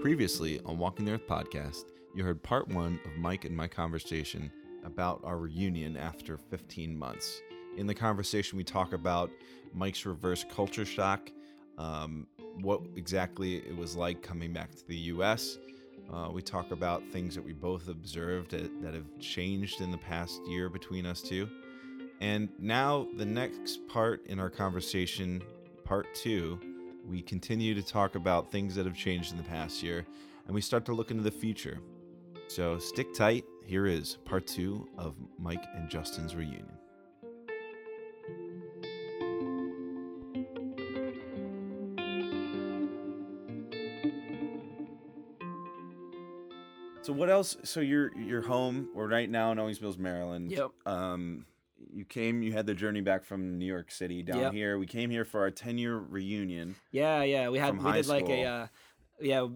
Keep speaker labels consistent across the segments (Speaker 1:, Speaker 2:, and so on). Speaker 1: Previously on Walking the Earth podcast, you heard part one of Mike and my conversation about our reunion after 15 months. In the conversation, we talk about Mike's reverse culture shock, um, what exactly it was like coming back to the US. Uh, we talk about things that we both observed that, that have changed in the past year between us two. And now, the next part in our conversation, part two, we continue to talk about things that have changed in the past year and we start to look into the future. So stick tight. Here is part two of Mike and Justin's reunion.
Speaker 2: So what else? So you're you're home. We're right now in Owings Mills, Maryland.
Speaker 3: Yep.
Speaker 2: Um, you came. You had the journey back from New York City down
Speaker 3: Yep.
Speaker 2: here. We came here for our ten year reunion.
Speaker 3: Yeah, yeah. We had
Speaker 2: From
Speaker 3: we
Speaker 2: high
Speaker 3: did like
Speaker 2: school.
Speaker 3: a uh, yeah.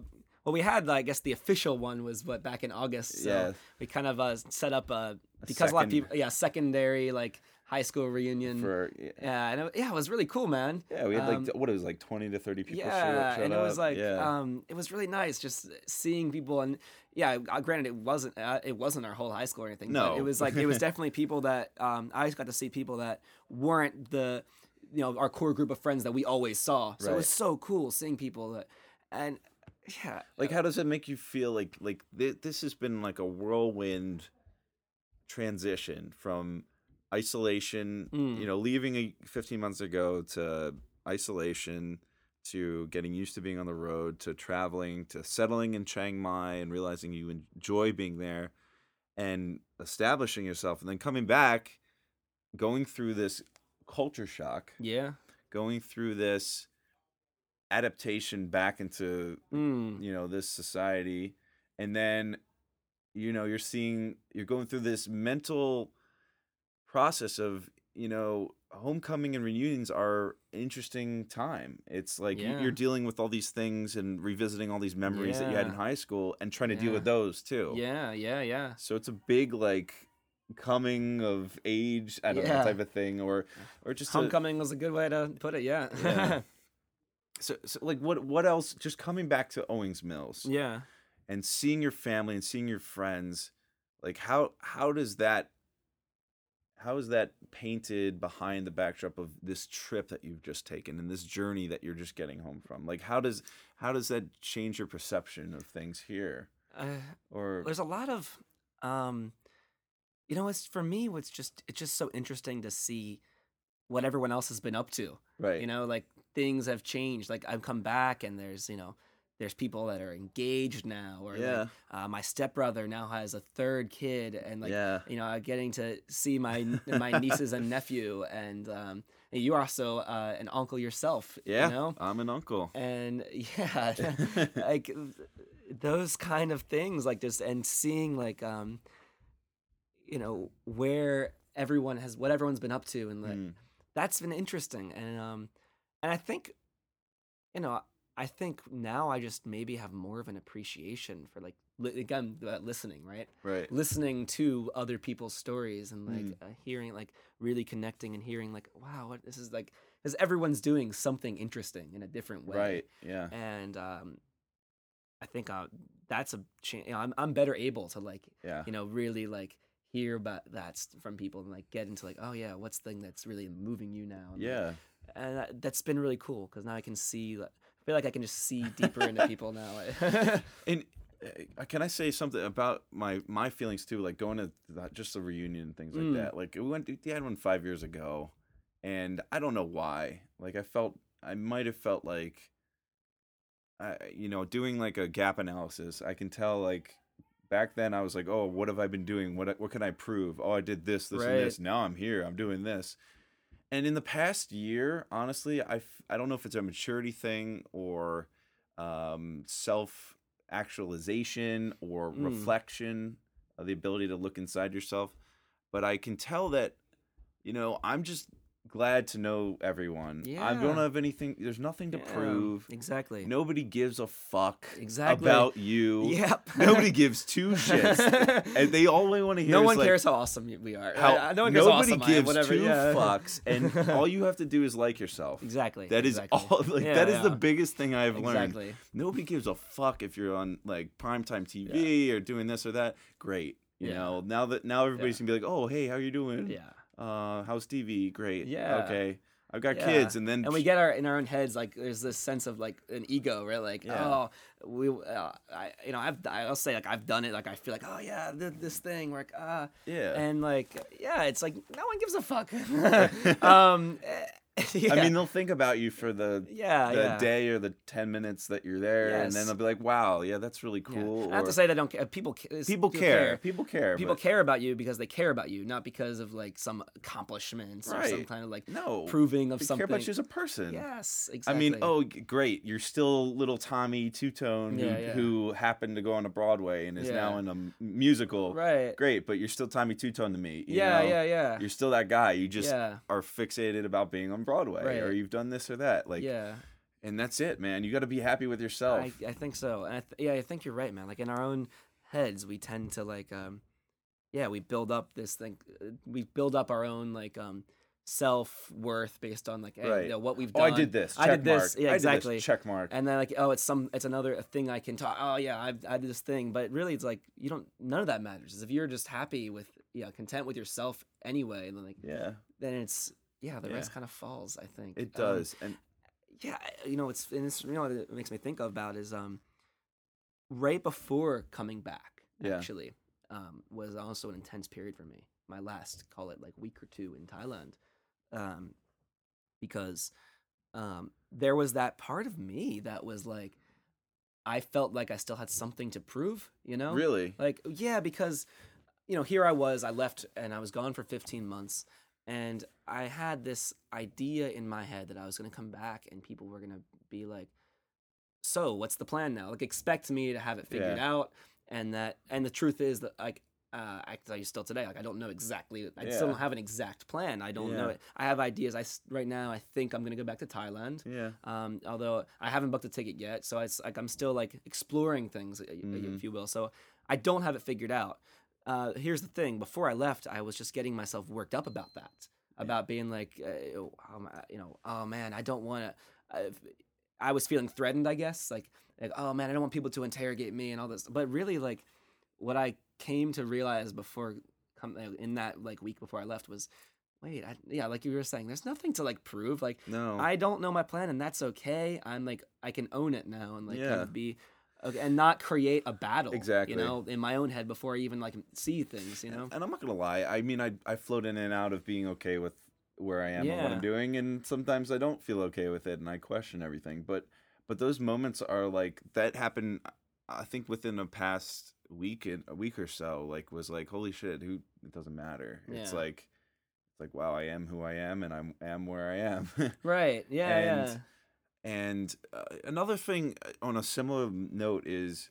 Speaker 3: Well, we had I guess the official one was what back in August. So
Speaker 2: Yeah.
Speaker 3: we kind of uh, set up a because a lot
Speaker 2: second-
Speaker 3: of people yeah secondary like high school reunion.
Speaker 2: For yeah,
Speaker 3: yeah, and it, yeah, it was really cool, man.
Speaker 2: we had like
Speaker 3: Um,
Speaker 2: t- what it was like twenty to thirty people. show-
Speaker 3: yeah,
Speaker 2: showed
Speaker 3: and it was
Speaker 2: up.
Speaker 3: like
Speaker 2: yeah.
Speaker 3: um, it was really nice just seeing people and yeah. uh, Granted, it wasn't uh, it wasn't our whole high school or anything. but
Speaker 2: No.
Speaker 3: it was like it was definitely people that um, I got to see people that weren't the you know our core group of friends that we always saw. So it
Speaker 2: Right.
Speaker 3: was so cool seeing people that and yeah,
Speaker 2: like how does it make you feel? Like like th- this has been like a whirlwind transition from isolation.
Speaker 3: Mm.
Speaker 2: You know, leaving a, fifteen months ago to isolation. to getting used to being on the road to traveling to settling in Chiang Mai and realizing you enjoy being there and establishing yourself and then coming back going through this culture shock
Speaker 3: yeah.
Speaker 2: going through this adaptation back into
Speaker 3: Mm.
Speaker 2: you know this society and then you know you're seeing you're going through this mental process of you know homecoming and reunions are interesting time it's like you-
Speaker 3: Yeah.
Speaker 2: you're dealing with all these things and revisiting all these memories that you had in
Speaker 3: Yeah.
Speaker 2: high school and trying to deal with
Speaker 3: Yeah.
Speaker 2: those too
Speaker 3: Yeah, yeah, yeah.
Speaker 2: so it's a big like coming of age i don't know
Speaker 3: Yeah.
Speaker 2: type of thing or or just a-
Speaker 3: Homecoming was a good way to put it. Yeah,
Speaker 2: Yeah. so, so like what what else just coming back to owings mills
Speaker 3: yeah.
Speaker 2: and seeing your family and seeing your friends like how how does that how is that painted behind the backdrop of this trip that you've just taken and this journey that you're just getting home from like how does how does that change your perception of things here
Speaker 3: Uh,
Speaker 2: or
Speaker 3: there's a lot of um you know it's for me what's just it's just so interesting to see what everyone else has been up to
Speaker 2: right
Speaker 3: you know like things have changed like i've come back and there's you know there's people that are engaged now or
Speaker 2: yeah
Speaker 3: like, uh, my stepbrother now has a third kid and like
Speaker 2: yeah
Speaker 3: you know I'm getting to see my my nieces and nephew and um you are also uh, an uncle yourself
Speaker 2: yeah
Speaker 3: you know
Speaker 2: i'm an uncle
Speaker 3: and yeah like th- those kind of things like just and seeing like um you know where everyone has what everyone's been up to and like
Speaker 2: Mm,
Speaker 3: that's been interesting and um and i think you know i think now i just maybe have more of an appreciation for like li- again uh, listening right
Speaker 2: right
Speaker 3: listening to other people's stories and like
Speaker 2: Mm.
Speaker 3: uh, hearing like really connecting and hearing like wow what this is like because everyone's doing something interesting in a different way
Speaker 2: right yeah
Speaker 3: and um, I think uh, that's a cha- you know, I'm I'm better able to like
Speaker 2: yeah
Speaker 3: you know really like hear about that s- from people and like get into like oh yeah what's the thing that's really moving you now and, like,
Speaker 2: yeah
Speaker 3: and that, that's been really cool because now I can see like, I feel like I can just see deeper into people now
Speaker 2: And uh, can I say something about my my feelings too? Like going to that, just the reunion and things like
Speaker 3: Mm.
Speaker 2: that. Like we went, we had one five years ago, and I don't know why. Like I felt, I might have felt like, I you know, doing like a gap analysis. I can tell like back then I was like, oh, what have I been doing? What what can I prove? Oh, I did this, this, and this. Now I'm here. I'm doing this. And in the past year, honestly, I f- I don't know if it's a maturity thing or um, self actualization or
Speaker 3: Mm.
Speaker 2: reflection, uh, the ability to look inside yourself. But I can tell that, you know, I'm just glad to know everyone. I
Speaker 3: Yeah.
Speaker 2: don't have anything. There's nothing to
Speaker 3: Yeah, um,
Speaker 2: prove.
Speaker 3: Exactly.
Speaker 2: Nobody gives a fuck
Speaker 3: Exactly.
Speaker 2: about you.
Speaker 3: Yep.
Speaker 2: Nobody gives two shits. and they only want to hear.
Speaker 3: no
Speaker 2: is,
Speaker 3: one
Speaker 2: like,
Speaker 3: cares how awesome you- we are.
Speaker 2: How
Speaker 3: I- I- no one cares how
Speaker 2: nobody
Speaker 3: awesome I am,
Speaker 2: gives
Speaker 3: whatever,
Speaker 2: two
Speaker 3: yeah.
Speaker 2: fucks, and all you have to do is like yourself.
Speaker 3: Exactly.
Speaker 2: That is
Speaker 3: exactly.
Speaker 2: all. Like
Speaker 3: Yeah,
Speaker 2: that is the
Speaker 3: yeah.
Speaker 2: biggest thing I've learned.
Speaker 3: Exactly.
Speaker 2: Nobody gives a fuck if you're on like primetime TV or doing this or that. Great. You
Speaker 3: Yeah.
Speaker 2: know, now that now everybody's
Speaker 3: Yeah.
Speaker 2: gonna be like, oh hey, how you doing?
Speaker 3: Yeah.
Speaker 2: Uh, how's Stevie? Great.
Speaker 3: Yeah.
Speaker 2: Okay. I've got
Speaker 3: Yeah.
Speaker 2: kids, and then
Speaker 3: And we get our in our own heads like there's this sense of like an ego, right? Like
Speaker 2: Yeah.
Speaker 3: oh, we, uh, I, you know, I've I'll say like I've done it. Like I feel like oh yeah, I did this thing. We're like ah,
Speaker 2: yeah.
Speaker 3: and like yeah, it's like no one gives a fuck. um, eh, yeah.
Speaker 2: I mean, they'll think about you for the
Speaker 3: yeah,
Speaker 2: the
Speaker 3: yeah.
Speaker 2: day or the ten minutes that you're there, and then
Speaker 3: Yes.
Speaker 2: they'll be like, wow, yeah, that's really
Speaker 3: Yeah.
Speaker 2: cool.
Speaker 3: I have
Speaker 2: or-
Speaker 3: to say, they don't care. People, ca- it's-
Speaker 2: people care. People care.
Speaker 3: People
Speaker 2: but
Speaker 3: care about you because they care about you, not because of like some accomplishments or some
Speaker 2: Right.
Speaker 3: kind of like
Speaker 2: No.
Speaker 3: proving of
Speaker 2: They care
Speaker 3: something.
Speaker 2: about you as a person.
Speaker 3: yes,
Speaker 2: I
Speaker 3: exactly.
Speaker 2: mean, oh, g- great! You're still little Tommy Two Tone,
Speaker 3: Yeah,
Speaker 2: who,
Speaker 3: yeah.
Speaker 2: who happened to go on to Broadway and is now
Speaker 3: Yeah.
Speaker 2: in a m- musical.
Speaker 3: right.
Speaker 2: Great, but you're still Tommy Two Tone to me. you
Speaker 3: yeah,
Speaker 2: know?
Speaker 3: yeah, yeah,
Speaker 2: You're still that guy. You just
Speaker 3: yeah,
Speaker 2: are fixated about being on Broadway, or
Speaker 3: Right.
Speaker 2: you've done this or that. Like, oh.
Speaker 3: yeah.
Speaker 2: and that's it, man. You got to be happy with yourself.
Speaker 3: I, I think so, and I th- yeah, I think you're right, man. Like in our own heads, we tend to like, um, yeah, we build up this thing. uh, We build up our own like um, self worth based on like eh,
Speaker 2: Right.
Speaker 3: you know, what we've
Speaker 2: oh, I
Speaker 3: done.
Speaker 2: did this. Check
Speaker 3: I did
Speaker 2: mark.
Speaker 3: this. Yeah,
Speaker 2: I did
Speaker 3: exactly.
Speaker 2: check mark.
Speaker 3: and then like oh it's some it's another thing i can talk oh yeah i i did this thing but really it's like you don't none of that matters if you're just happy with you know content with yourself anyway then like
Speaker 2: yeah,
Speaker 3: then it's yeah the rest
Speaker 2: Yeah.
Speaker 3: kind of falls i think
Speaker 2: it
Speaker 3: Um,
Speaker 2: does. and
Speaker 3: yeah I- you know it's and it's you know what it makes me think about is um right before coming back
Speaker 2: Yeah.
Speaker 3: actually um was also an intense period for me my last call it like week or two in thailand um because um there was that part of me that was like i felt like i still had something to prove you know
Speaker 2: really,
Speaker 3: like, yeah, because, you know, here I was, I left and I was gone for 15 months. And I had this idea in my head that I was going to come back and people were going to be like, so what's the plan now? Like, expect me to have it figured out. And that, and the truth is that, like, uh, I can tell you still today, like, I don't know exactly, I still
Speaker 2: Yeah.
Speaker 3: don't have an exact plan. I don't know
Speaker 2: Yeah.
Speaker 3: it. I have ideas. I, s- right now, I think I'm going to go back to Thailand.
Speaker 2: yeah,
Speaker 3: Um, although I haven't booked a ticket yet, so it's like I'm still like exploring things, i- i-
Speaker 2: Mhm.
Speaker 3: if you will. So I don't have it figured out. Uh, here's the thing: before I left, I was just getting myself worked up about that, about being like, uh, oh, um, I- you know, oh man, I don't want to. I was feeling threatened, I guess, like, like, oh man, I don't want people to interrogate me and all this. But really, like, what I came to realize before come in that like week before I left was, wait, I, yeah, like you were saying, there's nothing to like prove, like.
Speaker 2: no,
Speaker 3: I don't know my plan, and that's okay. I'm like, I can own it now, and like, kind
Speaker 2: Yeah.
Speaker 3: of be, okay, and not create a battle,
Speaker 2: Exactly.
Speaker 3: You know, in my own head before I even like see things. You know,
Speaker 2: And I'm not gonna lie. I mean, I I float in and out of being okay with where I am and what I'm
Speaker 3: Yeah.
Speaker 2: doing, and sometimes I don't feel okay with it, and I question everything. But but those moments are like that happen. I think within the past week and a week or so, like was like holy shit. Who it doesn't matter. It's
Speaker 3: Yeah.
Speaker 2: like it's like wow, I am who I am, and I'm am where I am.
Speaker 3: right? Yeah,
Speaker 2: And- And uh, another thing uh, on a similar note is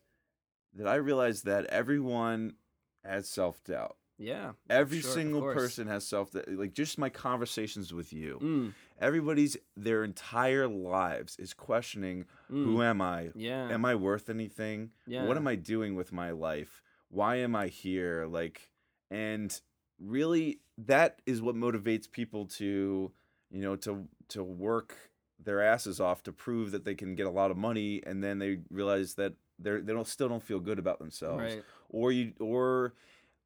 Speaker 2: that I realized that everyone has self doubt
Speaker 3: yeah, yeah.
Speaker 2: every
Speaker 3: Sure, of
Speaker 2: single
Speaker 3: course.
Speaker 2: person has self like just my conversations with you
Speaker 3: Mm,
Speaker 2: everybody's their entire lives is questioning
Speaker 3: mm,
Speaker 2: who am i
Speaker 3: yeah,
Speaker 2: am i worth anything
Speaker 3: yeah.
Speaker 2: what am i doing with my life why am i here like and really that is what motivates people to you know to to work their asses off to prove that they can get a lot of money and then they realize that they're they don't still don't feel good about themselves
Speaker 3: Right.
Speaker 2: or you or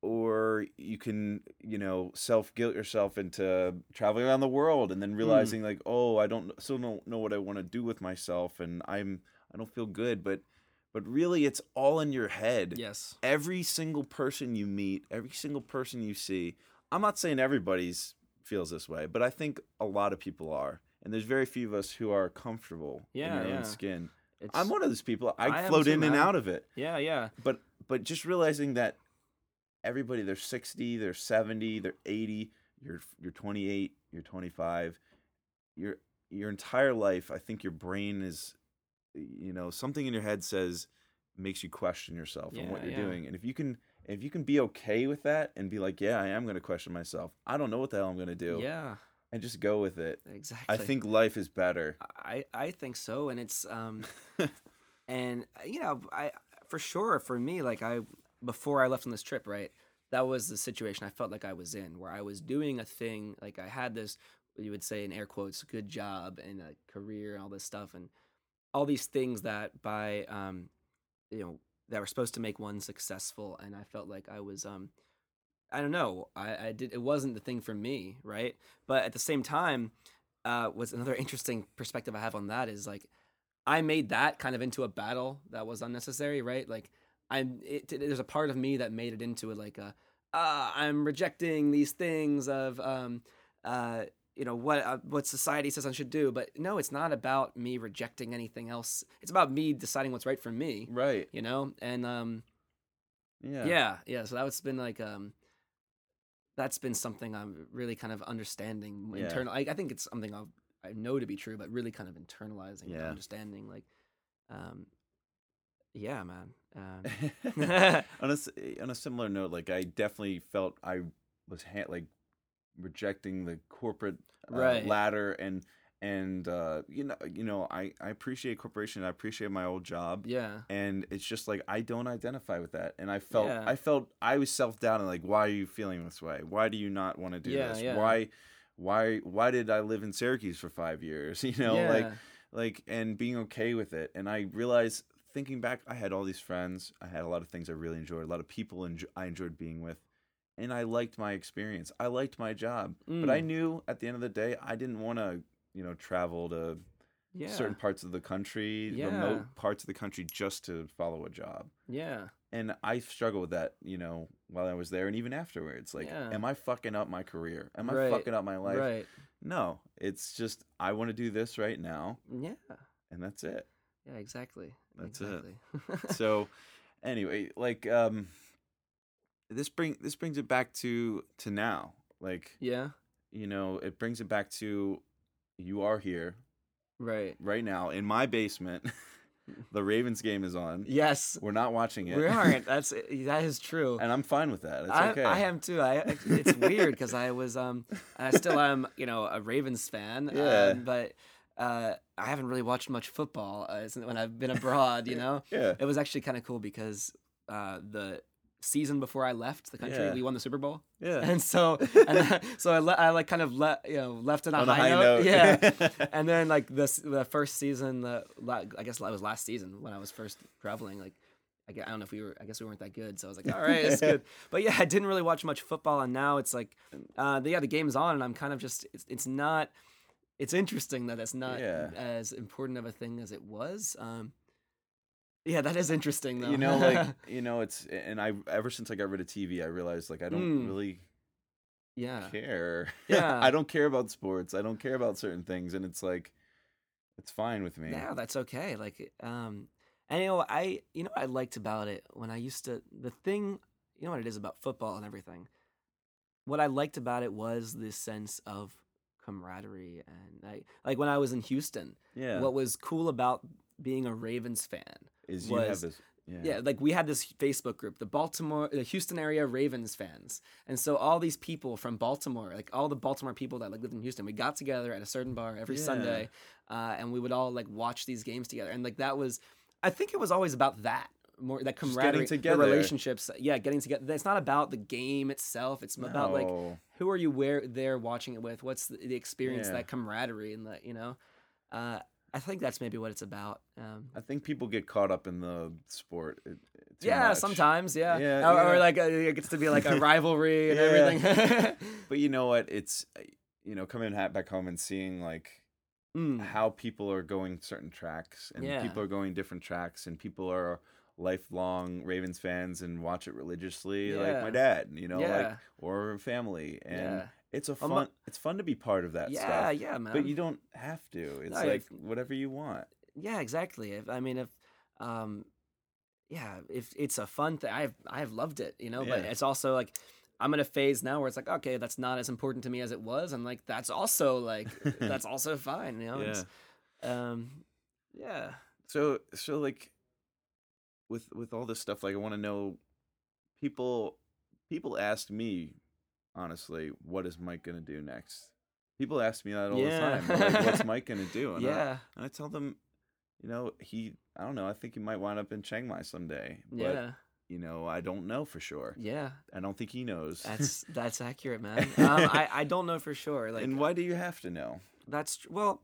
Speaker 2: or you can you know self guilt yourself into traveling around the world
Speaker 3: Mm.
Speaker 2: and then realizing like oh i don't still don't know what i want to do with myself and i'm i don't feel good but but really it's all in your head
Speaker 3: Yes.
Speaker 2: every single person you meet every single person you see i'm not saying everybody's feels this way but i think a lot of people are and there's very few of us who are comfortable
Speaker 3: Yeah,
Speaker 2: in our
Speaker 3: yeah.
Speaker 2: own skin
Speaker 3: It's,
Speaker 2: i'm one of those people
Speaker 3: I
Speaker 2: i,
Speaker 3: am
Speaker 2: float
Speaker 3: too,
Speaker 2: in and
Speaker 3: man.
Speaker 2: out of it
Speaker 3: yeah, yeah.
Speaker 2: but but just realizing that everybody they're 60 they're 70 they're 80 you're you're 28 you're 25 your your entire life i think your brain is you know something in your head says makes you question yourself and what
Speaker 3: Yeah,
Speaker 2: you're
Speaker 3: yeah.
Speaker 2: doing and if you can if you can be okay with that and be like yeah i am going to question myself i don't know what the hell i'm going to do
Speaker 3: Yeah,
Speaker 2: and just go with it.
Speaker 3: Exactly.
Speaker 2: I think life is better.
Speaker 3: I, I think so, and it's um, and uh, you know, I for sure for me, like I before I left on this trip, right, that was the situation I felt like I was in, where I was doing a thing, like I had this, you would say in air quotes, good job and a career and all this stuff, and all these things that by um, you know, that were supposed to make one successful, and I felt like I was um, I don't know, I, I did it wasn't the thing for me, right? But at the same time uh, was another interesting perspective I have on that is like I made that kind of into a battle that was unnecessary, right? Like I'm it, there's a part of me that made it into it like a ah I'm rejecting these things of um uh you know what uh, what society says I should do, but no, it's not about me rejecting anything else. It's about me deciding what's right for me,
Speaker 2: Right.
Speaker 3: you know? And um
Speaker 2: Yeah.
Speaker 3: yeah, yeah. So that's been like um, that's been something I'm really kind of understanding
Speaker 2: Yeah.
Speaker 3: internal. I, I think it's something I'll, I know to be true, but really kind of internalizing, and
Speaker 2: Yeah.
Speaker 3: understanding, like, um, yeah, man. Um,
Speaker 2: on a s- eh, on a similar note, like I definitely felt I was ha- like rejecting the corporate uh,
Speaker 3: Right.
Speaker 2: ladder and and uh, you know you know I I appreciate corporation. I appreciate my old job.
Speaker 3: yeah,
Speaker 2: And it's just like I don't identify with that, and I felt
Speaker 3: Yeah.
Speaker 2: I felt I was self doubting. Like, why are you feeling this way? Why do you not want to do
Speaker 3: Yeah,
Speaker 2: this?
Speaker 3: yeah.
Speaker 2: Why, why, why did I live in Syracuse for five years? You know, like
Speaker 3: yeah,
Speaker 2: like and being okay with it and i realized thinking back i had all these friends i had a lot of things i really enjoyed a lot of people enj- i enjoyed being with and i liked my experience i liked my job but i
Speaker 3: Mm.
Speaker 2: knew at the end of the day i didn't want to you know travel to
Speaker 3: yeah,
Speaker 2: certain parts of the country
Speaker 3: Yeah.
Speaker 2: remote parts of the country just to follow a job
Speaker 3: yeah,
Speaker 2: and i struggled with that you know while i was there and even afterwards like
Speaker 3: Yeah.
Speaker 2: am i fucking up my career am i
Speaker 3: Right.
Speaker 2: fucking up my life
Speaker 3: right,
Speaker 2: no it's just i want to do this right now
Speaker 3: yeah,
Speaker 2: and that's it
Speaker 3: yeah, exactly.
Speaker 2: That's it.
Speaker 3: exactly.
Speaker 2: so anyway like um this bring this brings it back to to now like
Speaker 3: yeah,
Speaker 2: you know it brings it back to you are here
Speaker 3: right.
Speaker 2: right now in my basement the ravens game is on
Speaker 3: Yes,
Speaker 2: we're not watching it
Speaker 3: we aren't. That's that is true.
Speaker 2: and i'm fine with that it's
Speaker 3: I,
Speaker 2: okay
Speaker 3: I am too. I I- it's weird because I was um and I still am you know a Ravens fan.
Speaker 2: Yeah.
Speaker 3: Um, but uh, I haven't really watched much football uh, since when I've been abroad. You know,
Speaker 2: yeah
Speaker 3: it was actually kind of cool because uh, the season before I left the country,
Speaker 2: Yeah.
Speaker 3: we won the Super Bowl,
Speaker 2: yeah
Speaker 3: and so and I, so I, le- I like kind of let you know left on a,
Speaker 2: on
Speaker 3: high, note. Yeah.
Speaker 2: yeah
Speaker 3: And then like the s- the first season, the la- I guess it was last season when I was first traveling. Like I, gue- I don't know if we were, I guess we weren't that good. So I was like, all right, it's good. But yeah, I didn't really watch much football, and now it's like, uh, the, yeah, the game's on, and I'm kind of just it's, it's not. It's interesting that it's not
Speaker 2: Yeah.
Speaker 3: as important of a thing as it was. Um, yeah, that is interesting though.
Speaker 2: you know like you know it's and i ever since i got rid of tv i realized like i don't
Speaker 3: Mm.
Speaker 2: really
Speaker 3: yeah,
Speaker 2: care.
Speaker 3: Yeah.
Speaker 2: I don't care about sports. I don't care about certain things. And it's like, it's fine with me.
Speaker 3: No, that's okay. Like, um, and you know, I you know what I liked about it when I used to the thing, you know what it is about football and everything. What I liked about it was this sense of camaraderie and I, like when I was in Houston,
Speaker 2: Yeah.
Speaker 3: what was cool about being a Ravens fan.
Speaker 2: is you have
Speaker 3: was-
Speaker 2: this. Yeah.
Speaker 3: Yeah. like we had this Facebook group, the Baltimore, the Houston area Ravens fans, and so all these people from Baltimore, like all the Baltimore people that like lived in Houston, we got together at a certain bar every
Speaker 2: Yeah.
Speaker 3: Sunday, uh, and we would all like watch these games together, and like that was, I think it was always about that more that
Speaker 2: getting
Speaker 3: camaraderie,
Speaker 2: together.
Speaker 3: the relationships, yeah, getting together. It's not about the game itself; it's about like
Speaker 2: No.
Speaker 3: who are you where there watching it with what's the, the experience
Speaker 2: Yeah.
Speaker 3: that camaraderie and that you know uh, i think that's maybe what it's about um,
Speaker 2: I think people get caught up in the sport. It, too
Speaker 3: yeah
Speaker 2: much.
Speaker 3: sometimes yeah,
Speaker 2: Yeah,
Speaker 3: or, or,
Speaker 2: yeah.
Speaker 3: like uh, it gets to be like a rivalry and
Speaker 2: Yeah.
Speaker 3: everything
Speaker 2: But you know what? It's, uh, you know, coming ha- back home and seeing like
Speaker 3: Mm,
Speaker 2: how people are going certain tracks and
Speaker 3: Yeah.
Speaker 2: people are going different tracks and people are lifelong Ravens fans and watch it religiously like my
Speaker 3: Yeah.
Speaker 2: dad, you know, like
Speaker 3: Yeah.
Speaker 2: or family and
Speaker 3: yeah
Speaker 2: it's a fun
Speaker 3: Well, my-
Speaker 2: it's fun to be part of that stuff.
Speaker 3: yeah yeah man
Speaker 2: But you don't have to. It's
Speaker 3: No,
Speaker 2: like
Speaker 3: if-
Speaker 2: whatever you want.
Speaker 3: yeah exactly if, i mean if um yeah if it's a fun thing i've i've loved it you know but
Speaker 2: Yeah.
Speaker 3: it's also like i'm in a phase now where it's like okay that's not as important to me as it was i'm like that's also like uh, that's also fine you know it's, um yeah
Speaker 2: So so like with with all this stuff, like I want to know people people asked me honestly, what is Mike gonna do next? People ask me that all
Speaker 3: Yeah.
Speaker 2: the time. They're Like, What's Mike gonna do? And I-
Speaker 3: yeah,
Speaker 2: and I tell them, you know, he, I don't know, I think he might wind up in Chiang Mai someday. But,
Speaker 3: yeah,
Speaker 2: you know, I don't know for sure.
Speaker 3: yeah.
Speaker 2: I don't think he knows.
Speaker 3: That's that's accurate, man. Um, I I don't know for sure. Like
Speaker 2: and why do you have to know?
Speaker 3: That's tr- well,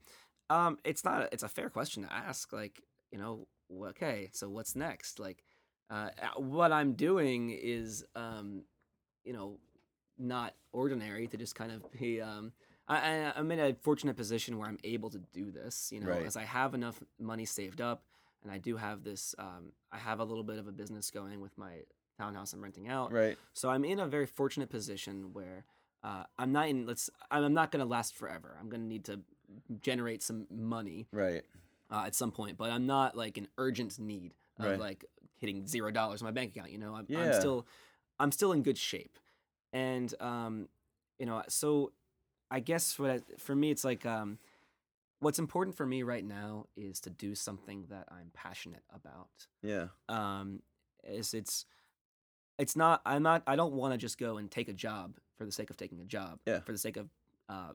Speaker 3: um, it's not. A, it's a fair question to ask. Like, you know, wh- okay, so what's next? Like, uh, uh, what I'm doing is, um, you know, not ordinary to just kind of be. Um, I, I, I'm in a fortunate position where I'm able to do this. You know,
Speaker 2: Right.
Speaker 3: as I have enough money saved up, and I do have this. Um, I have a little bit of a business going with my townhouse I'm renting out.
Speaker 2: Right.
Speaker 3: So I'm in a very fortunate position where uh, I'm not in. Let's. I'm I'm not going to last forever. I'm going to need to generate some money
Speaker 2: Right.
Speaker 3: uh, at some point, but I'm not like in urgent need of
Speaker 2: Right.
Speaker 3: like hitting zero dollars in my bank account. You know, I'm, I'm
Speaker 2: Yeah.
Speaker 3: still, I'm still in good shape, and um, you know, so I guess what I, for me it's like um, what's important for me right now is to do something that I'm passionate about
Speaker 2: Yeah.
Speaker 3: um, is it's it's not I'm not I don't want to just go and take a job for the sake of taking a job
Speaker 2: Yeah.
Speaker 3: for the sake of uh,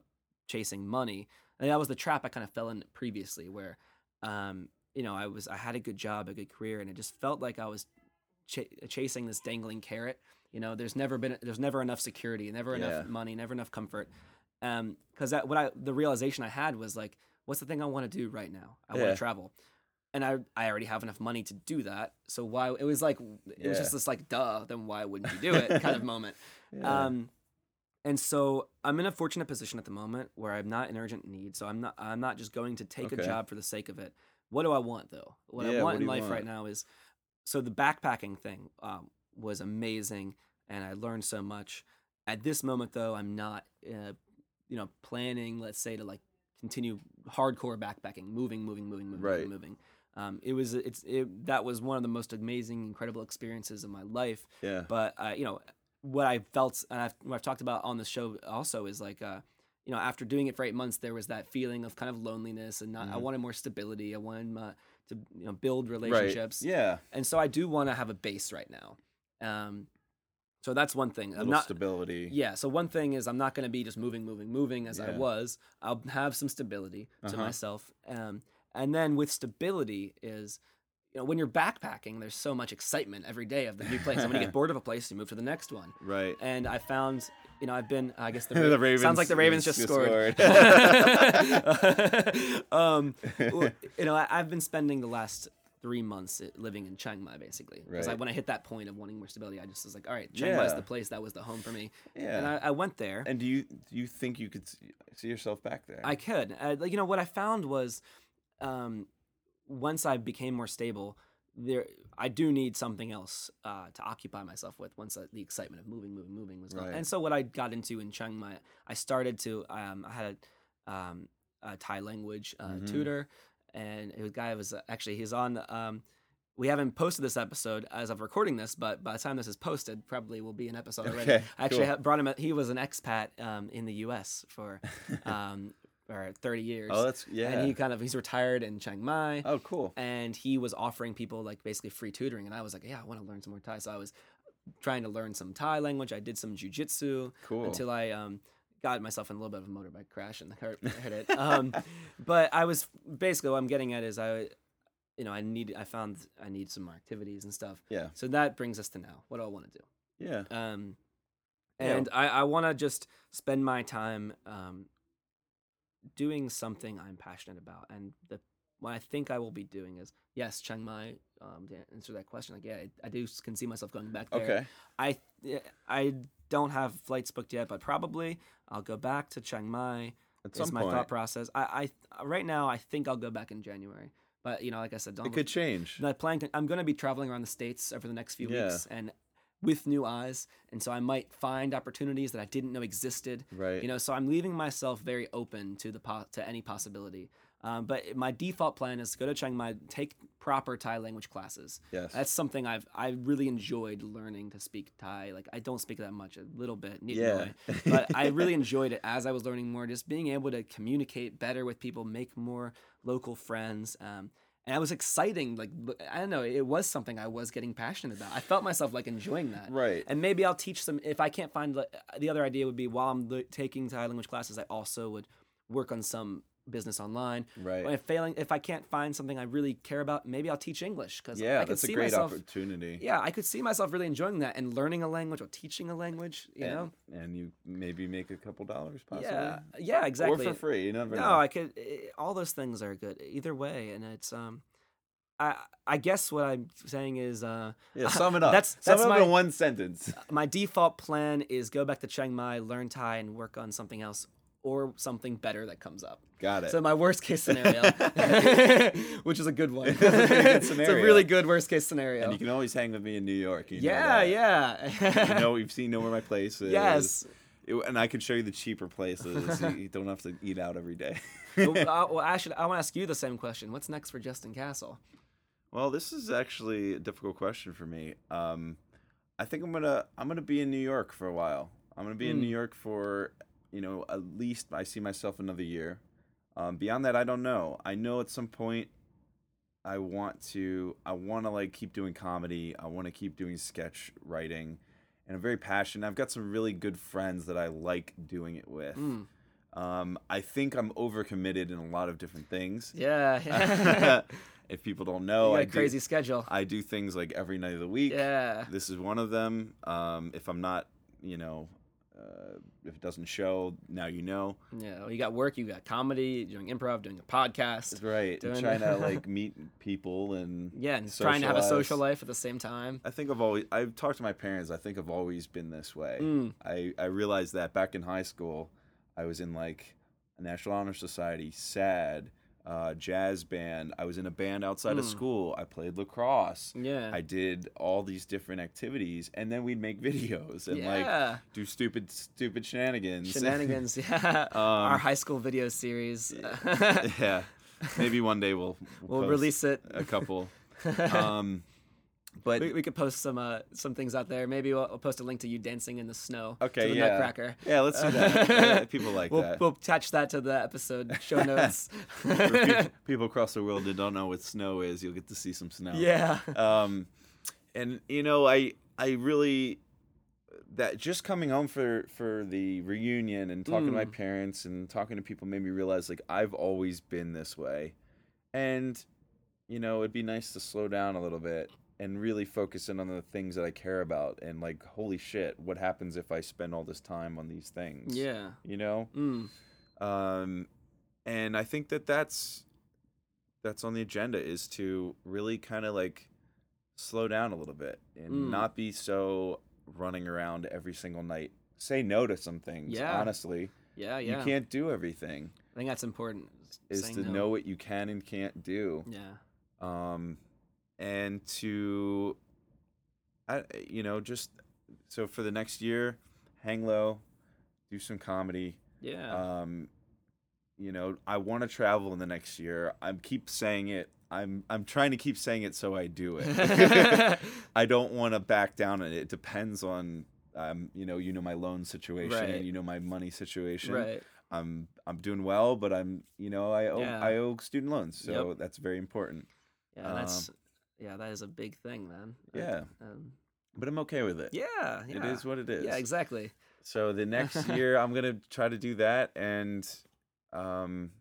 Speaker 3: chasing money and that was the trap I kind of fell in previously where um, you know I was I had a good job a good career and it just felt like I was ch- chasing this dangling carrot you know there's never been there's never enough security never enough
Speaker 2: Yeah.
Speaker 3: money never enough comfort um because that what I the realization I had was like what's the thing I want to do right now I want
Speaker 2: Yeah.
Speaker 3: to travel and I I already have enough money to do that. So why it was like it was
Speaker 2: Yeah.
Speaker 3: just this like duh, then why wouldn't you do it kind of moment.
Speaker 2: Yeah.
Speaker 3: Um and so I'm in a fortunate position at the moment where I'm not in urgent need. So I'm not I'm not just going to take a
Speaker 2: Okay.
Speaker 3: job for the sake of it. What do I want though? What
Speaker 2: Yeah,
Speaker 3: I
Speaker 2: what do
Speaker 3: want in
Speaker 2: you
Speaker 3: life right
Speaker 2: want?
Speaker 3: now is so the backpacking thing um, was amazing and I learned so much. At this moment though, I'm not uh, you know planning let's say to like continue hardcore backpacking, moving, moving, moving, moving,
Speaker 2: Right.
Speaker 3: moving. Um, it was it's it, that was one of the most amazing, incredible experiences of my life.
Speaker 2: yeah.
Speaker 3: But uh, you know what I felt, and I've, what I've talked about on the show also is like, uh, you know, after doing it for eight months, there was that feeling of kind of loneliness, and not, I
Speaker 2: Mhm.
Speaker 3: wanted more stability. I wanted uh, to you know build
Speaker 2: Right.
Speaker 3: relationships,
Speaker 2: Yeah.
Speaker 3: and so I do want to have a base right now. Um, so that's one thing.
Speaker 2: Little
Speaker 3: I'm not
Speaker 2: stability.
Speaker 3: yeah. So one thing is I'm not going to be just moving, moving, moving as I
Speaker 2: Yeah.
Speaker 3: was. I'll have some stability to
Speaker 2: Uh-huh.
Speaker 3: myself. Um, and then with stability is, you know, when you're backpacking, there's so much excitement every day of the new place. And when you get bored of a place, you move to the next one.
Speaker 2: Right.
Speaker 3: And I found, you know, I've been, I guess the,
Speaker 2: The
Speaker 3: Ra- sounds like the
Speaker 2: Ravens
Speaker 3: Ravens just
Speaker 2: just
Speaker 3: scored. um, well, you know, I, I've been spending the last three months i- living in Chiang Mai basically because
Speaker 2: Right.
Speaker 3: when I hit that point of wanting more stability, I just was like, all right, Chiang Mai's
Speaker 2: Yeah.
Speaker 3: the place that was the home for me.
Speaker 2: Yeah.
Speaker 3: And I, I went there.
Speaker 2: And do you do you think you could see- see yourself back there?
Speaker 3: I could. Uh, like, you know, what I found was um, once I became more stable, there I do need something else uh, to occupy myself with once uh, the excitement of moving, moving, moving was gone.
Speaker 2: Right.
Speaker 3: And so what I got into in Chiang Mai, I started to, um, I had a, um, a Thai language uh,
Speaker 2: Mhm.
Speaker 3: tutor, and the guy was uh, actually, he's on. Um, we haven't posted this episode as of recording this, but by the time this is posted, probably will be an episode already.
Speaker 2: Okay,
Speaker 3: I actually
Speaker 2: cool.
Speaker 3: ha- brought him. a- He was an expat um, in the U.S. for um, or 30 years.
Speaker 2: oh, that's yeah.
Speaker 3: And he kind of he's retired in Chiang Mai,
Speaker 2: oh, cool.
Speaker 3: and he was offering people like basically free tutoring, and I was like, yeah, I want to learn some more Thai, so I was trying to learn some Thai language. I did some jujitsu
Speaker 2: Cool.
Speaker 3: until I um, got myself in a little bit of a motorbike crash and hurt, hurt it. Um, but I was basically what I'm getting at is I, you know, I need I found I need some more activities and stuff.
Speaker 2: yeah.
Speaker 3: So that brings us to now. What do I want to do?
Speaker 2: Yeah.
Speaker 3: Um,
Speaker 2: Yeah.
Speaker 3: and I, I want to just spend my time um, doing something I'm passionate about. And the what I think I will be doing is yes, Chiang Mai. Um, to answer that question, like yeah, I, I do s- can see myself going back there.
Speaker 2: Okay.
Speaker 3: I yeah, I don't have flights booked yet, but probably I'll go back to Chiang Mai.
Speaker 2: At
Speaker 3: Is
Speaker 2: some
Speaker 3: my
Speaker 2: point,
Speaker 3: thought process. I, I right now I think I'll go back in January, but you know, like I said, don't
Speaker 2: it could change.
Speaker 3: and I plan to, I'm going to be traveling around the states over the next few
Speaker 2: Yeah.
Speaker 3: weeks and with new eyes, and so I might find opportunities that I didn't know existed.
Speaker 2: Right.
Speaker 3: You know, so I'm leaving myself very open to the po- to any possibility. Um, but it- my default plan is to go to Chiang Mai, take proper Thai language classes.
Speaker 2: Yes.
Speaker 3: That's something I've I really enjoyed learning to speak Thai. Like I don't speak that much, a little bit, neither do
Speaker 2: yeah.
Speaker 3: I but I really enjoyed it as I was learning more, just being able to communicate better with people, make more local friends, um, and that was exciting. Like l- I don't know, it was something I was getting passionate about. I felt myself like enjoying that.
Speaker 2: Right.
Speaker 3: And maybe I'll teach some. If I can't find like, the other idea, would be while I'm l- taking Thai language classes, I also would work on some business online.
Speaker 2: Right.
Speaker 3: If failing, if I can't find something I really care about, maybe I'll teach English because
Speaker 2: yeah,
Speaker 3: I can
Speaker 2: that's a
Speaker 3: see
Speaker 2: great
Speaker 3: myself.
Speaker 2: opportunity.
Speaker 3: Yeah, I could see myself really enjoying that and learning a language or teaching a language. You
Speaker 2: and,
Speaker 3: know.
Speaker 2: and you maybe make a couple dollars possibly.
Speaker 3: Yeah. Yeah. Exactly.
Speaker 2: Or for free. You never
Speaker 3: No,
Speaker 2: know.
Speaker 3: I could. i all those things are good either way, and it's um, I I guess what I'm saying is uh,
Speaker 2: yeah, sum it up.
Speaker 3: that's-
Speaker 2: sum
Speaker 3: that's
Speaker 2: it up
Speaker 3: my-
Speaker 2: in one sentence.
Speaker 3: my default plan is go back to Chiang Mai, learn Thai, and work on something else or something better that comes up.
Speaker 2: Got it.
Speaker 3: So my worst case scenario, which is a good one,
Speaker 2: That's a pretty good
Speaker 3: it's a
Speaker 2: scenario.
Speaker 3: really good worst case scenario.
Speaker 2: and you can always hang with me in New York. You know
Speaker 3: yeah,
Speaker 2: that.
Speaker 3: yeah.
Speaker 2: You know, you've seen know where my place is.
Speaker 3: yes.
Speaker 2: It- and I could show you the cheaper places. you, you don't have to eat out every day.
Speaker 3: well, I, well, I should. I want to ask you the same question. What's next for Justin Castle?
Speaker 2: Well, this is actually a difficult question for me. Um, I think I'm gonna I'm gonna be in New York for a while. I'm gonna be in New York for you know at least I see myself another year. Um, beyond that, I don't know. I know at some point I want to I want to like keep doing comedy. I want to keep doing sketch writing, and I'm very passionate. I've got some really good friends that I like doing it with.
Speaker 3: Mm.
Speaker 2: Um, I think I'm overcommitted in a lot of different things.
Speaker 3: Yeah.
Speaker 2: if people don't
Speaker 3: you
Speaker 2: know, Oh,
Speaker 3: got
Speaker 2: I
Speaker 3: a
Speaker 2: do-
Speaker 3: crazy schedule.
Speaker 2: I do things like every night of the week.
Speaker 3: Yeah.
Speaker 2: This is one of them. Um, if I'm not, you know, uh, if it doesn't show, now you know.
Speaker 3: Yeah, well, you got work, you got comedy, doing improv, doing a podcast.
Speaker 2: Right.
Speaker 3: Doing-
Speaker 2: trying to like meet people and
Speaker 3: Yeah, and trying to have a
Speaker 2: socialize.
Speaker 3: social life at the same time.
Speaker 2: I think I've always I've talked to my parents. I think I've always been this way.
Speaker 3: Mm.
Speaker 2: I I realized that back in high school, I was in like a National Honor Society, sad, uh, jazz band. I was in a band outside of
Speaker 3: Mm.
Speaker 2: school. I played lacrosse.
Speaker 3: Yeah.
Speaker 2: I did all these different activities, and then we'd make videos and like
Speaker 3: yeah.
Speaker 2: do stupid stupid shenanigans.
Speaker 3: Shenanigans. Yeah. Our high school video series.
Speaker 2: Um, yeah. Maybe one day we'll
Speaker 3: we'll
Speaker 2: post
Speaker 3: release it.
Speaker 2: a couple. um, but
Speaker 3: We, we could post some uh, some things out there. Maybe we'll, we'll post a link to you dancing in the snow.
Speaker 2: okay,
Speaker 3: To the
Speaker 2: yeah,
Speaker 3: Nutcracker.
Speaker 2: yeah, let's do that. Yeah, people like
Speaker 3: We'll,
Speaker 2: that.
Speaker 3: we'll attach that to the episode show notes.
Speaker 2: For pe- people across the world that don't know what snow is, you'll get to see some snow.
Speaker 3: yeah.
Speaker 2: Um, and you know, I I really that just coming home for for the reunion and talking to my
Speaker 3: Mm.
Speaker 2: parents and talking to people made me realize like I've always been this way, and you know, it'd be nice to slow down a little bit and really focus in on the things that I care about and like holy shit, what happens if I spend all this time on these things?
Speaker 3: Yeah.
Speaker 2: You know
Speaker 3: Mm.
Speaker 2: um, and I think that that's that's on the agenda is to really kind of like slow down a little bit and
Speaker 3: Mm.
Speaker 2: not be so running around every single night. Say no to some things.
Speaker 3: Yeah.
Speaker 2: Honestly,
Speaker 3: Yeah. Yeah.
Speaker 2: you can't do everything.
Speaker 3: I think that's important.
Speaker 2: Is
Speaker 3: saying
Speaker 2: to
Speaker 3: no.
Speaker 2: know what you can and can't do,
Speaker 3: Yeah.
Speaker 2: um, and to, I you know just so for the next year, hang low, do some comedy,
Speaker 3: Yeah.
Speaker 2: um, you know, I want to travel in the next year. I'm keep saying it. I'm I'm trying to keep saying it so I do it. I don't want to back down. on It It depends on um, you know, you know my loan situation,
Speaker 3: Right.
Speaker 2: you know my money situation.
Speaker 3: right.
Speaker 2: I'm I'm doing well, but I'm you know I owe
Speaker 3: Yeah.
Speaker 2: I owe student loans, so that's very important.
Speaker 3: Yeah, that's yeah, that is a big thing, man. Like,
Speaker 2: um, yeah.
Speaker 3: Um,
Speaker 2: But I'm okay with it.
Speaker 3: yeah, yeah.
Speaker 2: It is what it is.
Speaker 3: Yeah, exactly.
Speaker 2: So the next year, I'm gonna try to do that, and um,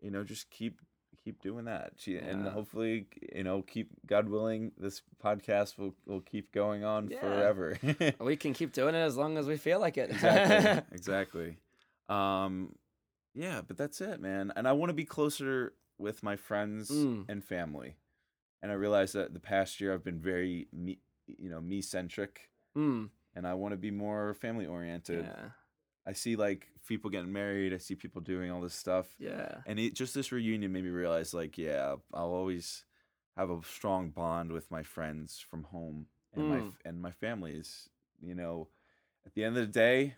Speaker 2: you know, just keep keep doing that, She- and
Speaker 3: Yeah.
Speaker 2: hopefully, you know, keep God willing, this podcast will will keep going on
Speaker 3: Yeah.
Speaker 2: forever.
Speaker 3: We can keep doing it as long as we feel like it.
Speaker 2: exactly, exactly. Um, yeah, but that's it, man. And I want to be closer with my friends
Speaker 3: Mm.
Speaker 2: and family, and I realize that the past year I've been very me, you know, me centric,
Speaker 3: Mm,
Speaker 2: and I want to be more family oriented.
Speaker 3: yeah.
Speaker 2: I see like people getting married. I see people doing all this stuff,
Speaker 3: Yeah.
Speaker 2: and it just this reunion made me realize like, yeah, I'll always have a strong bond with my friends from home and my
Speaker 3: Mm.
Speaker 2: and my family is, you know, at the end of the day,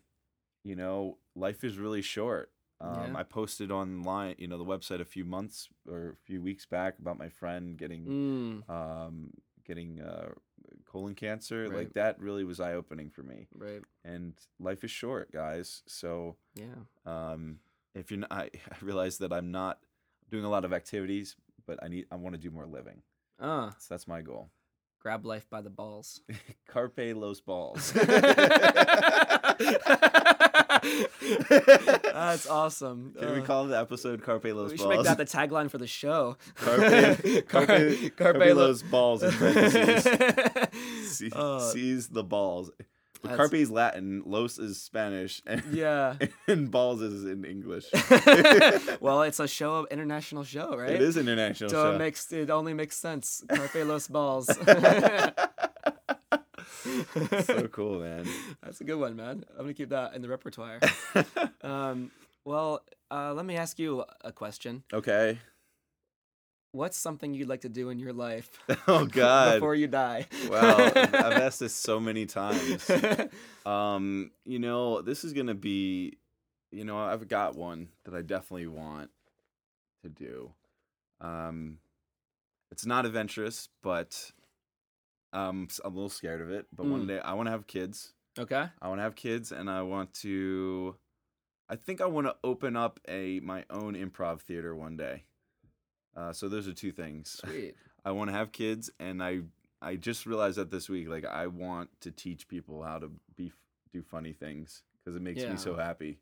Speaker 2: you know, life is really short. Um,
Speaker 3: Yeah.
Speaker 2: I posted online, you know, the website a few months or a few weeks back about my friend getting
Speaker 3: Mm,
Speaker 2: um, getting uh, colon cancer.
Speaker 3: Right.
Speaker 2: Like that really was eye opening for me.
Speaker 3: right.
Speaker 2: And life is short, guys. So
Speaker 3: Yeah.
Speaker 2: um, if you're not, I, I realize that I'm not doing a lot of activities, but I need I want to do more living.
Speaker 3: Uh,
Speaker 2: So that's my goal.
Speaker 3: grab life by the balls.
Speaker 2: Carpe los balls.
Speaker 3: That's awesome.
Speaker 2: Can we
Speaker 3: Uh,
Speaker 2: call the episode Carpe los
Speaker 3: we should
Speaker 2: balls?
Speaker 3: make that the tagline for the show.
Speaker 2: Carpe,
Speaker 3: Car-
Speaker 2: carpe,
Speaker 3: Carpe
Speaker 2: carpe
Speaker 3: lo-
Speaker 2: los balls in parentheses. See,
Speaker 3: Uh,
Speaker 2: sees the balls. But
Speaker 3: that's-
Speaker 2: carpe is Latin, los is Spanish, and,
Speaker 3: yeah.
Speaker 2: and balls is in English.
Speaker 3: well, it's a show, of international show, right?
Speaker 2: It is an international
Speaker 3: So
Speaker 2: show.
Speaker 3: it makes it only makes sense. Carpe los balls.
Speaker 2: so cool, man.
Speaker 3: That's a good one, man. I'm gonna keep that in the repertoire. um, well, uh, let me ask you a question.
Speaker 2: Okay.
Speaker 3: What's something you'd like to do in your life
Speaker 2: Oh God.
Speaker 3: before you die?
Speaker 2: Wow. I've asked this so many times. Um, you know, this is gonna be, you know, I've got one that I definitely want to do. Um, it's not adventurous, but um, s- I'm a little scared of it. But one
Speaker 3: Mm.
Speaker 2: day I want to have kids.
Speaker 3: okay.
Speaker 2: I want to have kids, and I want to. I think I want to open up a my own improv theater one day. Uh, so those are two things.
Speaker 3: Sweet.
Speaker 2: I want to have kids, and I I just realized that this week. Like I want to teach people how to be do funny things because it makes
Speaker 3: Yeah.
Speaker 2: me so happy.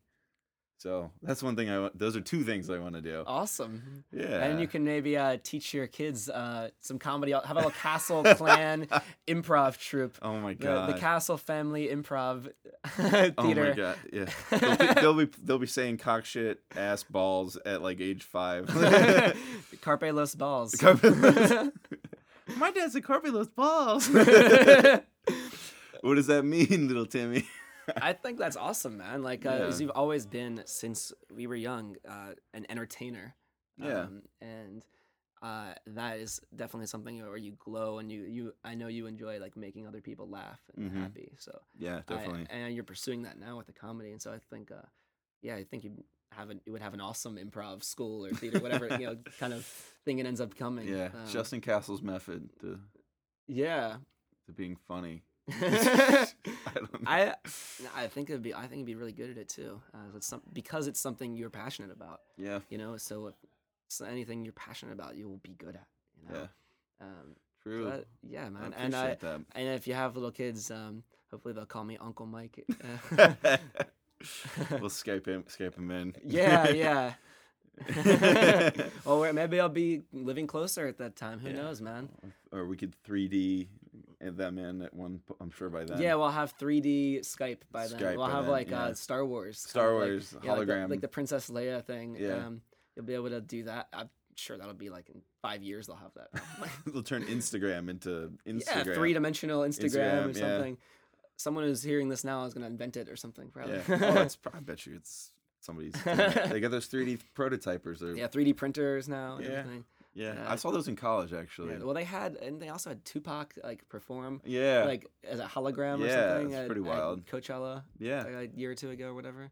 Speaker 2: So that's one thing I want. Those are two things I want to do.
Speaker 3: Awesome.
Speaker 2: yeah,
Speaker 3: Oh, And you can maybe uh, teach your kids uh, some comedy. How about a Castle Clan improv troupe?
Speaker 2: Oh my
Speaker 3: The,
Speaker 2: god.
Speaker 3: the Castle Family Improv Theater.
Speaker 2: Oh my god! Yeah, they'll be, they'll be they'll be saying cock shit, ass balls at like age five.
Speaker 3: Carpe los balls.
Speaker 2: Carpe los- My dad's a carpetless balls. what does that mean, little Timmy?
Speaker 3: I think that's awesome, man. Like, uh,
Speaker 2: Yeah.
Speaker 3: 'cause you've always been, since we were young, uh, an entertainer. Um,
Speaker 2: Yeah.
Speaker 3: and uh, that is definitely something where you glow and you, you I know you enjoy like making other people laugh and
Speaker 2: Mhm.
Speaker 3: happy. So
Speaker 2: Yeah,
Speaker 3: I-
Speaker 2: definitely.
Speaker 3: and you're pursuing that now with the comedy. And so I think, uh, yeah, I think you have an, you would have an awesome improv school or theater, whatever you know, kind of thing it ends up coming.
Speaker 2: yeah,
Speaker 3: Um,
Speaker 2: Justin Castle's method to,
Speaker 3: Yeah.
Speaker 2: to being funny. I
Speaker 3: I
Speaker 2: don't know.
Speaker 3: I think it'd be I think it'd be really good at it too. Uh, it's some, because it's something you're passionate about.
Speaker 2: yeah,
Speaker 3: You know, so if it's anything you're passionate about, you will be good at. You know. Um, so
Speaker 2: true.
Speaker 3: that- yeah,
Speaker 2: I
Speaker 3: man.
Speaker 2: appreciate
Speaker 3: and I
Speaker 2: that.
Speaker 3: and if you have little kids, um, hopefully they'll call me Uncle Mike. Uh,
Speaker 2: we'll Skype him, Skype him in.
Speaker 3: yeah, yeah. well, we're- maybe I'll be living closer at that time. Who
Speaker 2: Yeah.
Speaker 3: knows, man?
Speaker 2: or we could 3D them in at one. po- I'm sure by then.
Speaker 3: Yeah, we'll have 3D Skype by then.
Speaker 2: Skype
Speaker 3: we'll
Speaker 2: by
Speaker 3: have
Speaker 2: then,
Speaker 3: like
Speaker 2: yeah.
Speaker 3: uh, Star Wars. kind
Speaker 2: Star
Speaker 3: of like-
Speaker 2: Wars
Speaker 3: yeah, like the- like
Speaker 2: hologram.
Speaker 3: the, Princess Leia thing.
Speaker 2: Yeah.
Speaker 3: Um, you'll be able to do that. I'm sure that'll be like in five years they'll have that. probably.
Speaker 2: They'll turn Instagram into
Speaker 3: yeah,
Speaker 2: Instagram.
Speaker 3: three dimensional Instagram,
Speaker 2: Instagram,
Speaker 3: or
Speaker 2: yeah.
Speaker 3: something. Someone who's hearing this now is gonna invent it or something. Probably.
Speaker 2: Yeah. Oh, it's, pro- I bet you it's somebody's. doing it. They got those 3D prototypers. Or,
Speaker 3: Yeah, 3D printers now. And
Speaker 2: Yeah.
Speaker 3: everything.
Speaker 2: Yeah,
Speaker 3: Uh,
Speaker 2: I saw those in college actually.
Speaker 3: Yeah, well, they had, and they also had Tupac like perform.
Speaker 2: Yeah,
Speaker 3: Like as a hologram or
Speaker 2: Yeah,
Speaker 3: something.
Speaker 2: it's
Speaker 3: at-
Speaker 2: pretty
Speaker 3: at
Speaker 2: wild.
Speaker 3: Coachella,
Speaker 2: yeah.
Speaker 3: like, a year or two ago or whatever.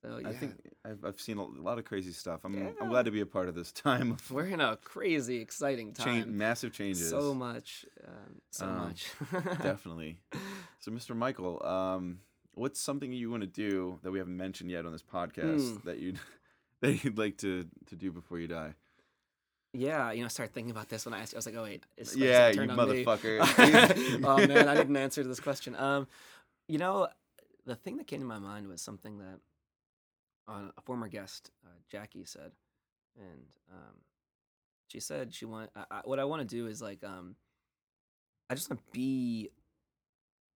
Speaker 3: So yeah,
Speaker 2: I think I've, I've seen a lot of crazy stuff. I'm
Speaker 3: Yeah.
Speaker 2: I'm glad to be a part of this time of
Speaker 3: we're in a crazy, exciting
Speaker 2: change,
Speaker 3: time.
Speaker 2: massive changes.
Speaker 3: So much, um, so
Speaker 2: Um,
Speaker 3: much.
Speaker 2: definitely. So, Mr. Michael, um, what's something you want to do that we haven't mentioned yet on this podcast
Speaker 3: Mm.
Speaker 2: that you would that you'd like to to do before you die?
Speaker 3: yeah, you know, I started thinking about this when I asked. you. I was like, oh wait, it's supposed to
Speaker 2: yeah, you
Speaker 3: turn on me.
Speaker 2: motherfucker.
Speaker 3: oh man, I didn't answer this question. Um, you know, the thing that came to my mind was something that uh, a former guest, uh, Jackie, said, and um, she said she want I, I, what I want to do is like um, I just want to be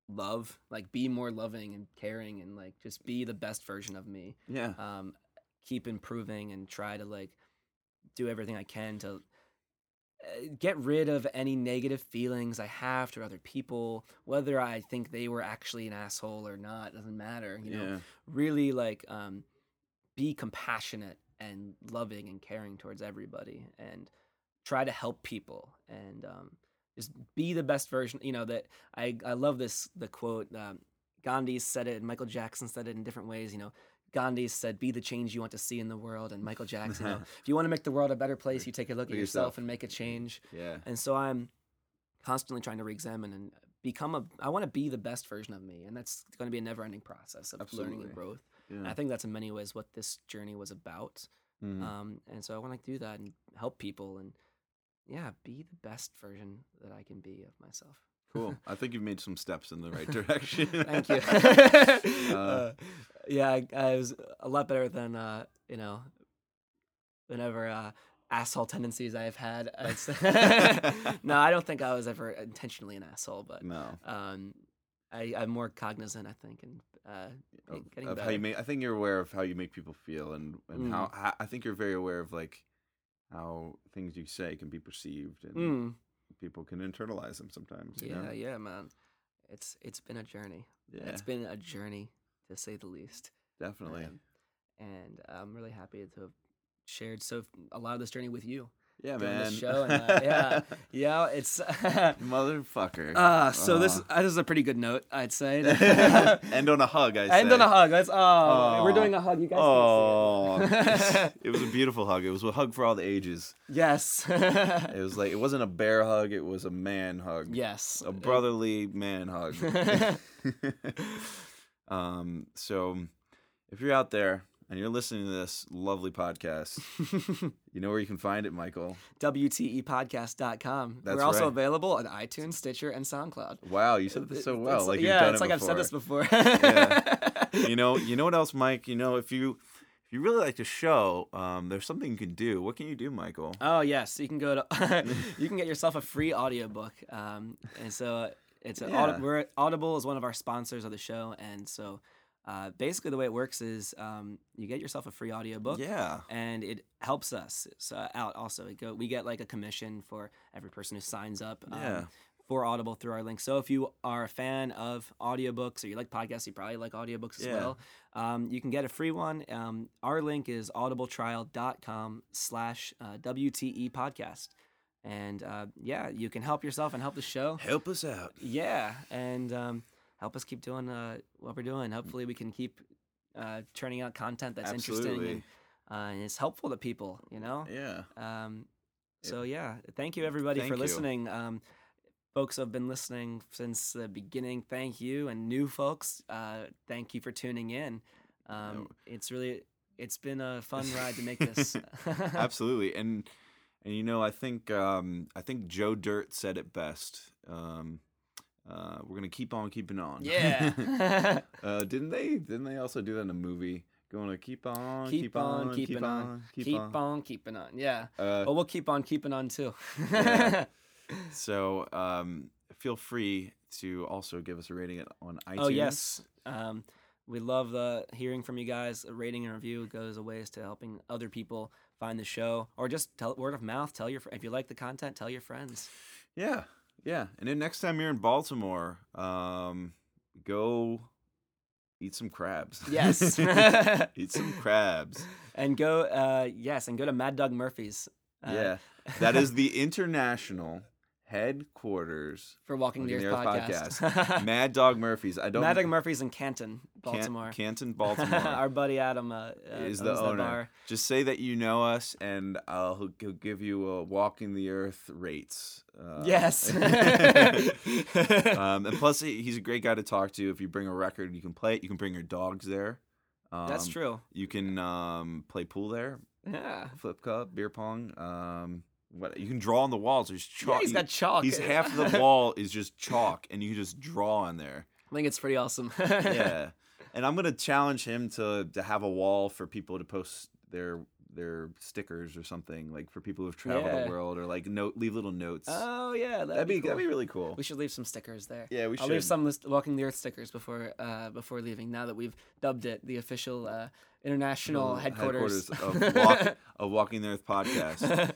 Speaker 3: love, like be more loving and caring, and like just be the best version of me
Speaker 2: Yeah,
Speaker 3: um, keep improving and try to like do everything I can to uh, get rid of any negative feelings I have toward other people, whether I think they were actually an asshole or not, doesn't matter. You know,
Speaker 2: yeah,
Speaker 3: really like um, be compassionate and loving and caring towards everybody, and try to help people and um, just be the best version. You know that I I love this the quote. Um, Gandhi said it, and Michael Jackson said it in different ways. You know, Gandhi said, "Be the change you want to see in the world," and Michael Jackson, you know, if you want to make the world a better place, you take a look at
Speaker 2: Look at
Speaker 3: yourself
Speaker 2: yourself.
Speaker 3: and make a change.
Speaker 2: yeah.
Speaker 3: And so I'm constantly trying to re-examine and become a. I want to be the best version of me, and that's going to be a never-ending process of learning
Speaker 2: Absolutely.
Speaker 3: and growth. And
Speaker 2: yeah.
Speaker 3: I uh, think that's in many ways what this journey was about.
Speaker 2: Mhm.
Speaker 3: Um, and so I want to do that and help people and yeah, be the best version that I can be of myself.
Speaker 2: Cool. I think you've made some steps in the right direction.
Speaker 3: Thank you.
Speaker 2: Uh,
Speaker 3: Uh, yeah, I, I was a lot better than uh, you know, whenever uh, asshole tendencies I have had. It's- no, I don't think I was ever intentionally an asshole, but
Speaker 2: no.
Speaker 3: um, I, I'm more cognizant, I think, and uh,
Speaker 2: Of,
Speaker 3: getting
Speaker 2: of how
Speaker 3: better.
Speaker 2: you make, I think you're aware of how you make people feel, and and
Speaker 3: Mm.
Speaker 2: how how I think you're very aware of like how things you say can be perceived, and
Speaker 3: mm,
Speaker 2: people can internalize them sometimes. You
Speaker 3: yeah,
Speaker 2: know?
Speaker 3: yeah, man, it's it's been a journey.
Speaker 2: yeah,
Speaker 3: It's been a journey to say the least.
Speaker 2: definitely.
Speaker 3: Um, and I'm really happy to have shared so a lot of this journey with you.
Speaker 2: yeah,
Speaker 3: doing
Speaker 2: man.
Speaker 3: this show and, uh, yeah. Yeah, it's
Speaker 2: Motherfucker.
Speaker 3: uh so this
Speaker 2: Aw.
Speaker 3: uh, this is a pretty good note, I'd say.
Speaker 2: End on a hug. I
Speaker 3: End
Speaker 2: say.
Speaker 3: on a hug. Let's oh, we're
Speaker 2: Aw.
Speaker 3: doing a hug. You guys
Speaker 2: Oh,
Speaker 3: can't see it.
Speaker 2: it was a beautiful hug. It was a hug for all the ages.
Speaker 3: yes.
Speaker 2: It was like it wasn't a bear hug. It was a man hug.
Speaker 3: yes.
Speaker 2: a brotherly man hug. um, so if you're out there and you're listening to this lovely podcast, you know where you can find it, Michael.
Speaker 3: E WTEpodcast.com.
Speaker 2: That's
Speaker 3: We're also
Speaker 2: right.
Speaker 3: available on iTunes, Stitcher, and SoundCloud.
Speaker 2: Wow, you said this so
Speaker 3: It's-
Speaker 2: well.
Speaker 3: it's-
Speaker 2: like you've
Speaker 3: yeah,
Speaker 2: done
Speaker 3: it's
Speaker 2: it
Speaker 3: like I've said this
Speaker 2: before.
Speaker 3: before.
Speaker 2: you know, you know what else, Mike? You know, if you if you really like the show, um, there's something you can do. What can you do, Michael?
Speaker 3: Oh yes, you can go to you can get yourself a free audiobook. Um, and so it's an audi-
Speaker 2: Yeah.
Speaker 3: we're, Audible is one of our sponsors of the show, and so uh, basically the way it works is um, you get yourself a free audiobook.
Speaker 2: Yeah.
Speaker 3: And it helps us so out also. It go, we get like a commission for every person who signs up um,
Speaker 2: Yeah.
Speaker 3: for Audible through our link. So if you are a fan of audiobooks or you like podcasts, you probably like audiobooks as
Speaker 2: Yeah.
Speaker 3: well. Um, you can get a free one. Um, our link is audibletrial.com slash uh, WTE podcast. And uh, yeah, you can help yourself and help the show.
Speaker 2: Help us out.
Speaker 3: Yeah, and um, help us keep doing uh, what we're doing. Hopefully, we can keep uh, churning out content that's interesting
Speaker 2: Absolutely.
Speaker 3: and, uh, and it's helpful to people. You know.
Speaker 2: Yeah.
Speaker 3: Um,
Speaker 2: Yeah.
Speaker 3: so yeah, thank you everybody
Speaker 2: Thank
Speaker 3: for
Speaker 2: you.
Speaker 3: listening. Um, folks who have been listening since the beginning, thank you, and new folks, uh, thank you for tuning in. Um, It's really it's been a fun ride to make this.
Speaker 2: Absolutely. And and you know, I think um, I think Joe Dirt said it best. Um, uh, we're gonna keep on keeping on.
Speaker 3: yeah.
Speaker 2: Uh, didn't they? Didn't they also do that in a movie? Going to keep on,
Speaker 3: keep,
Speaker 2: keep,
Speaker 3: on, keeping
Speaker 2: keep
Speaker 3: on,
Speaker 2: keep,
Speaker 3: keep
Speaker 2: on.
Speaker 3: on, Oh. keeping on. Yeah.
Speaker 2: Uh,
Speaker 3: Well, we'll keep on keeping on too.
Speaker 2: Yeah. So um, feel free to also give us a rating on iTunes.
Speaker 3: oh yes, um, we love the hearing from you guys. A rating and review goes a ways to helping other people find the show, or just tell word of mouth. Tell your fr- if you like the content, tell your friends.
Speaker 2: Yeah, yeah. And then next time you're in Baltimore, um, go eat some crabs.
Speaker 3: Yes.
Speaker 2: eat some crabs.
Speaker 3: And go, uh, yes, and go to Mad Dog Murphy's. Uh,
Speaker 2: yeah, that is the international headquarters.
Speaker 3: for Walking the
Speaker 2: Walking
Speaker 3: Earth
Speaker 2: the Earth
Speaker 3: podcast.
Speaker 2: Mad Dog Murphy's. I don't.
Speaker 3: Mad Dog Murphy's in
Speaker 2: Can-
Speaker 3: Canton, Baltimore.
Speaker 2: Canton, Baltimore.
Speaker 3: Our buddy Adam uh, uh,
Speaker 2: is
Speaker 3: owns
Speaker 2: the
Speaker 3: that
Speaker 2: owner.
Speaker 3: bar.
Speaker 2: Just say that you know us, and I'll he'll g- give you a walking the earth rates. Uh,
Speaker 3: Yes.
Speaker 2: um, and plus, he- he's a great guy to talk to. If you bring a record, you can play it. You can bring your dogs there. Um,
Speaker 3: That's true.
Speaker 2: You can um, play pool there,
Speaker 3: Yeah.
Speaker 2: flip cup, beer pong. Um, what you can draw on the walls. There's
Speaker 3: Yeah,
Speaker 2: chalk.
Speaker 3: he's got chalk.
Speaker 2: He's half the wall is just chalk, and you can just draw on there.
Speaker 3: I think it's pretty awesome.
Speaker 2: yeah. And I'm gonna challenge him to to have a wall for people to post their their stickers or something like for people who've traveled
Speaker 3: Yeah.
Speaker 2: the world or like note leave little notes.
Speaker 3: Oh yeah, that'd,
Speaker 2: that'd be
Speaker 3: cool.
Speaker 2: that'd be really cool.
Speaker 3: We should leave some stickers there.
Speaker 2: yeah, we
Speaker 3: I'll
Speaker 2: should.
Speaker 3: leave some list- Walking the Earth stickers before uh, before leaving. Now that we've dubbed it the official uh, international
Speaker 2: little
Speaker 3: headquarters.
Speaker 2: headquarters of, walk, of Walking the Earth podcast.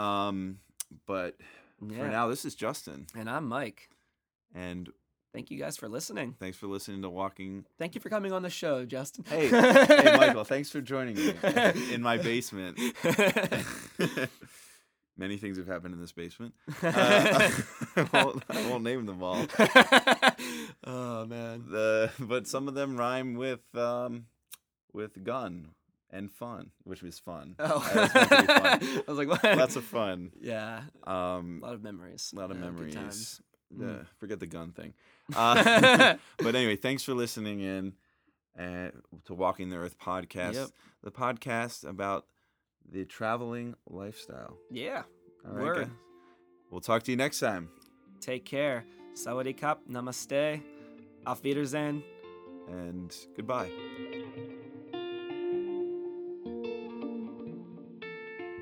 Speaker 2: Um, but for
Speaker 3: Yeah.
Speaker 2: now, this is Justin,
Speaker 3: And I'm Mike.
Speaker 2: and
Speaker 3: Thank you guys for listening.
Speaker 2: thanks for listening to Walking.
Speaker 3: Thank you for coming on the show, Justin.
Speaker 2: Hey, hey, Michael, thanks for joining me in my basement. Many things have happened in this basement. Uh, I, won't, I won't name them all.
Speaker 3: oh man.
Speaker 2: The but some of them rhyme with um with gun and fun, which was fun.
Speaker 3: Oh,
Speaker 2: That was meant to be fun.
Speaker 3: I was like, what?
Speaker 2: Lots of fun.
Speaker 3: yeah,
Speaker 2: Um,
Speaker 3: a lot of memories.
Speaker 2: lot of
Speaker 3: uh, good
Speaker 2: memories.
Speaker 3: times.
Speaker 2: Yeah,
Speaker 3: Mm.
Speaker 2: forget the gun thing. Uh, but anyway, thanks for listening in uh, to Walking the Earth podcast,
Speaker 3: Yep.
Speaker 2: the podcast about the traveling lifestyle.
Speaker 3: Yeah.
Speaker 2: All right,
Speaker 3: Word.
Speaker 2: guys?
Speaker 4: We'll talk to you next time.
Speaker 3: Take care. Sawadee kap. Namaste. Auf Wiedersehen.
Speaker 4: And goodbye.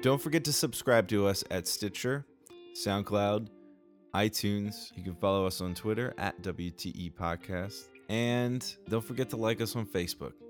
Speaker 2: Don't forget to subscribe to us at Stitcher, SoundCloud, iTunes. You can E follow us on Twitter at WTE Podcast. And don't forget to like us on Facebook.